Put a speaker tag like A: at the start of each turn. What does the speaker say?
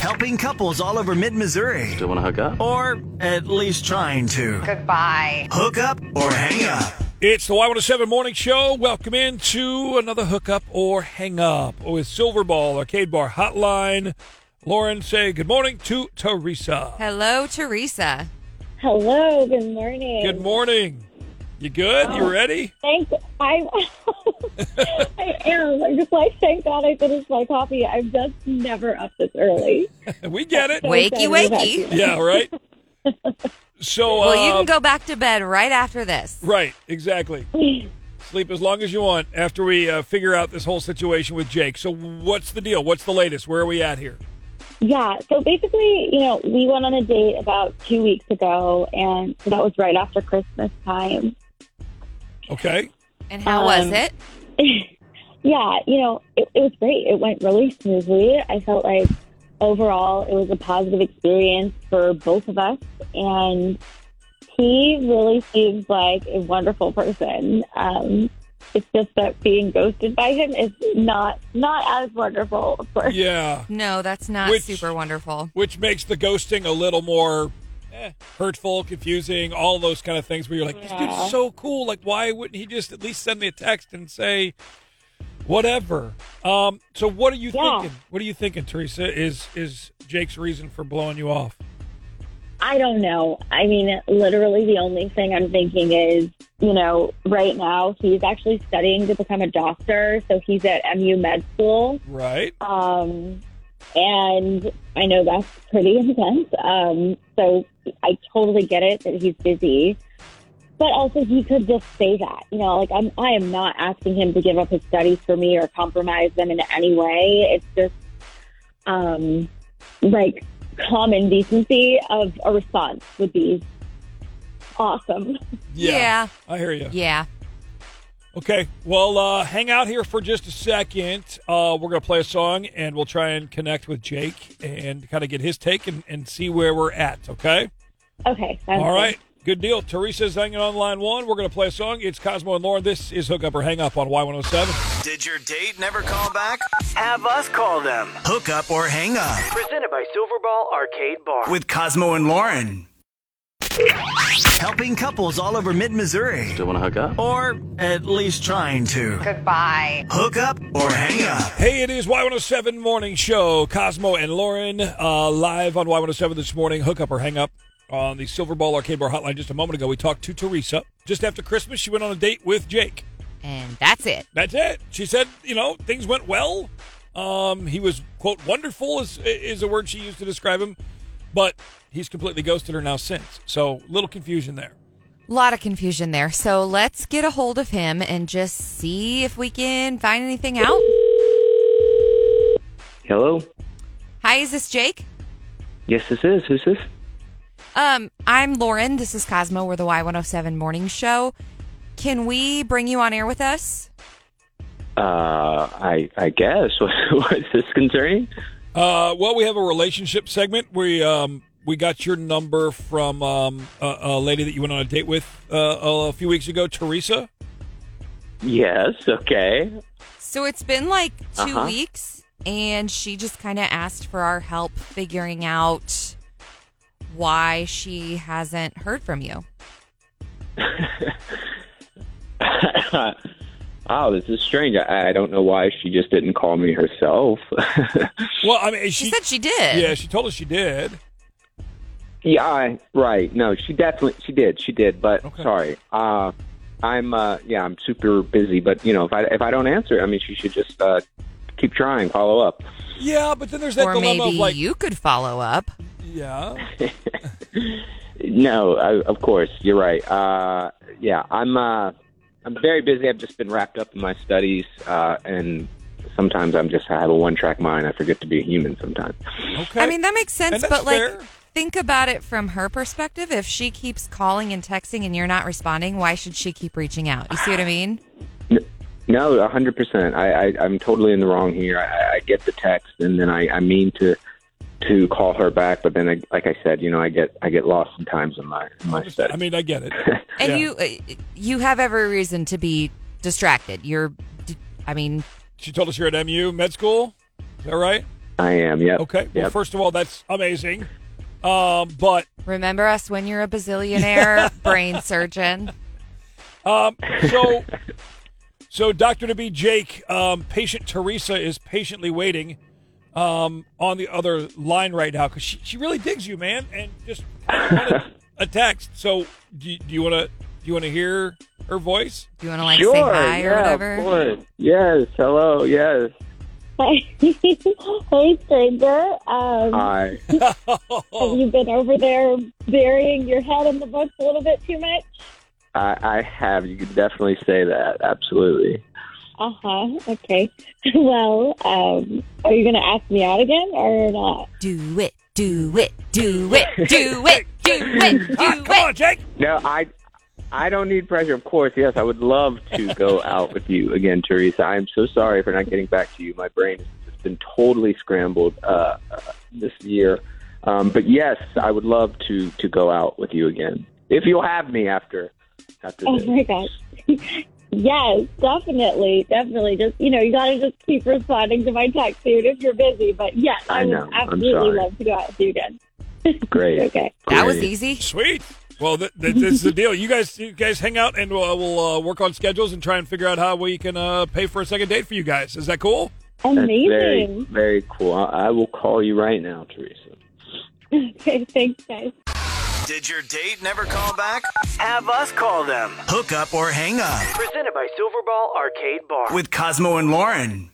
A: helping couples all over mid Missouri,
B: Do you want to hook up?
A: or at least trying to
C: Goodbye.
A: hook up or hang up.
D: It's the Y107 Morning Show. Welcome in to another hookup or hang up with Silver Ball Arcade Bar Hotline. Lauren, say good morning to Teresa.
C: Hello, Teresa.
E: Hello, good morning.
D: Good morning. You good? You ready?
E: Thank I I am. I'm just like, thank God I finished my coffee. I'm just never up this early.
D: We get it.
E: So
C: Wakey,
E: excited about
C: wakey.
E: you.
D: Yeah, right? So,
C: Well, you
D: uh,
C: can go back to bed right after this.
D: Right, exactly. Sleep as long as you want after we uh, figure out this whole situation with Jake. So, what's the deal? What's the latest? Where are we at here?
E: Yeah. So basically, you know, we went on a date about two weeks ago, and so that was right after Christmas time.
D: Okay.
C: And how was
E: Um,
C: it?
E: yeah, you know, it, it was great. It went really smoothly. I felt like overall it was a positive experience for both of us. And he really seems like a wonderful person. Um, it's just that being ghosted by him is not not as wonderful, of course.
D: Yeah.
C: No, that's not
D: Which-
C: super wonderful.
D: Which makes the ghosting a little more eh, hurtful, confusing, all those kind of things where you're like, this dude's so cool. Like, why wouldn't he just at least send me a text and say whatever? Um, so, what are you
E: Yeah.
D: thinking? What are you thinking, Teresa? Is, is Jake's reason for blowing you off?
E: I don't know. I mean, literally, the only thing I'm thinking is, you know, right now he's actually studying to become a doctor, so he's at MU Med School,
D: Right.
E: um, and I know that's pretty intense. Um, so I totally get it that he's busy, but also he could just say that, you know, like I'm, I am not asking him to give up his studies for me or compromise them in any way. It's just, um, like common decency of a response would be awesome.
C: Yeah.
D: I hear you.
C: Yeah.
D: Okay. Well, uh, hang out here for just a second. Uh, we're going to play a song and we'll try and connect with Jake and kind of get his take and, and see where we're at. Okay.
E: Okay. sounds
D: All
E: good.
D: right. Good deal. Teresa's hanging on line one. We're going to play a song. It's Cosmo and Lauren. This is Hook Up or Hang Up on Y107.
A: Did your date never call back?
F: Have us call them.
A: Hook up or hang up
F: Presented by Silverball Arcade Bar.
A: with Cosmo and Lauren. Helping couples all over mid Missouri,
B: Do you want to hook up?
A: or at least trying to
C: Goodbye.
A: hook up or hang up.
D: Hey, it is Y107 Morning Show. Cosmo and Lauren uh, live on Y107 this morning. Hook Up or Hang Up on the Silver Ball Arcade Bar Hotline just a moment ago. We talked to Teresa. Just after Christmas, she went on a date with Jake.
C: And that's it.
D: That's it. She said, you know, things went well. Um, he was quote wonderful is is a word she used to describe him, but he's completely ghosted her now since. So little confusion there.
C: A lot of confusion there. So let's get a hold of him and just see if we can find anything out.
F: Hello?
C: Hi, is this Jake?
F: Yes, this is. Who's this?
C: Um, I'm Lauren. This is Cosmo. We're the Y107 Morning Show. Can we bring you on air with us?
F: Uh, I I guess. What's this concerning?
D: Uh, well, we have a relationship segment. We um we got your number from um a, a lady that you went on a date with uh, a few weeks ago, Teresa.
F: Yes, okay.
C: So it's been like 2
F: Uh-huh.
C: weeks, and she just kind of asked for our help figuring out why she hasn't heard from you.
F: oh, this is strange. I, I don't know why she just didn't call me herself.
D: Well, I mean,
C: She,
D: she,
C: said she did.
D: yeah, she told us she did.
F: yeah, I, right. No, she definitely she did. She did, but
D: Okay.
F: sorry. Uh I'm uh yeah, I'm super busy, but you know, if I if I don't answer, I mean, she should just uh keep trying, follow up.
D: Yeah, but then there's that
C: Or
D: dilemma
C: maybe
D: of like,
C: you could follow up.
D: yeah.
F: No, I, of course you're right. Uh, yeah, I'm. Uh, I'm very busy. I've just been wrapped up in my studies, uh, and sometimes I'm just I have a one track mind. I forget to be human sometimes.
D: Okay.
C: I mean, that makes sense,
D: And that's
C: but like,
D: fair.
C: think about it from her perspective. If she keeps calling and texting and you're not responding, why should she keep reaching out? You see what I mean?
F: No, a hundred percent. I, I I'm totally in the wrong here. I, I get the text, and then I, I mean to to call her back, but then I, like I said, you know, I get I get lost sometimes in my in my studies.
D: I mean, I get it.
C: And
D: Yeah.
C: you uh, you have every reason to be distracted. You're, d- I mean,
D: She told us you're at MU med school. Is that right?
F: I am. Yep.
D: Okay. Well,
F: Yep.
D: first of all, that's amazing. Um, but
C: Remember us when you're a bazillionaire brain surgeon.
D: um, so, so Doctor to be Jake, um, patient Teresa is patiently waiting um, on the other line right now because she, she really digs you, man, and just wanted a text. So, do, you- do you want to do you want to hear her voice?
C: Do you want to like
F: sure.
C: say hi
F: yeah,
C: or whatever?
F: Of course. Yes. Hello. Yes.
E: hey, stranger. Um,
F: Hi.
E: have you been over there burying your head in the books a little bit too much?
F: I, I have. You could definitely say that. Absolutely.
E: Uh huh. Okay. well, um, are you going to ask me out again or not?
C: Do it, do it, do it, do it, do it, do
D: Ah, come on,
C: it.
D: Jake.
F: No, I. I don't need pressure, of course. Yes, I would love to go out with you again, Teresa. I am so sorry for not getting back to you. My brain has been totally scrambled uh, uh, this year. Um, but yes, I would love to to go out with you again if you'll have me after after
E: Oh
F: this.
E: my gosh. yes, definitely. Definitely. Just, you know, you got to just keep responding to my text, dude, if you're busy. But yes, I,
F: I
E: would
F: know. I'm
E: absolutely
F: sorry.
E: love to go out with you again.
F: Great.
E: Okay.
C: That was
F: Great.
C: easy.
D: Sweet. Well, th- th- this is the deal. You guys, you guys hang out, and we'll, we'll uh, work on schedules and try and figure out how we can uh, pay for a second date for you guys. Is that cool?
F: That's very,
E: Amazing.
F: very cool. I, I will call you right now, Teresa.
E: Okay. Thanks, guys.
A: Did your date never call back? Have us call them. Hook up or hang up
B: Presented by Silverball Arcade Bar.
A: with Cosmo and Lauren.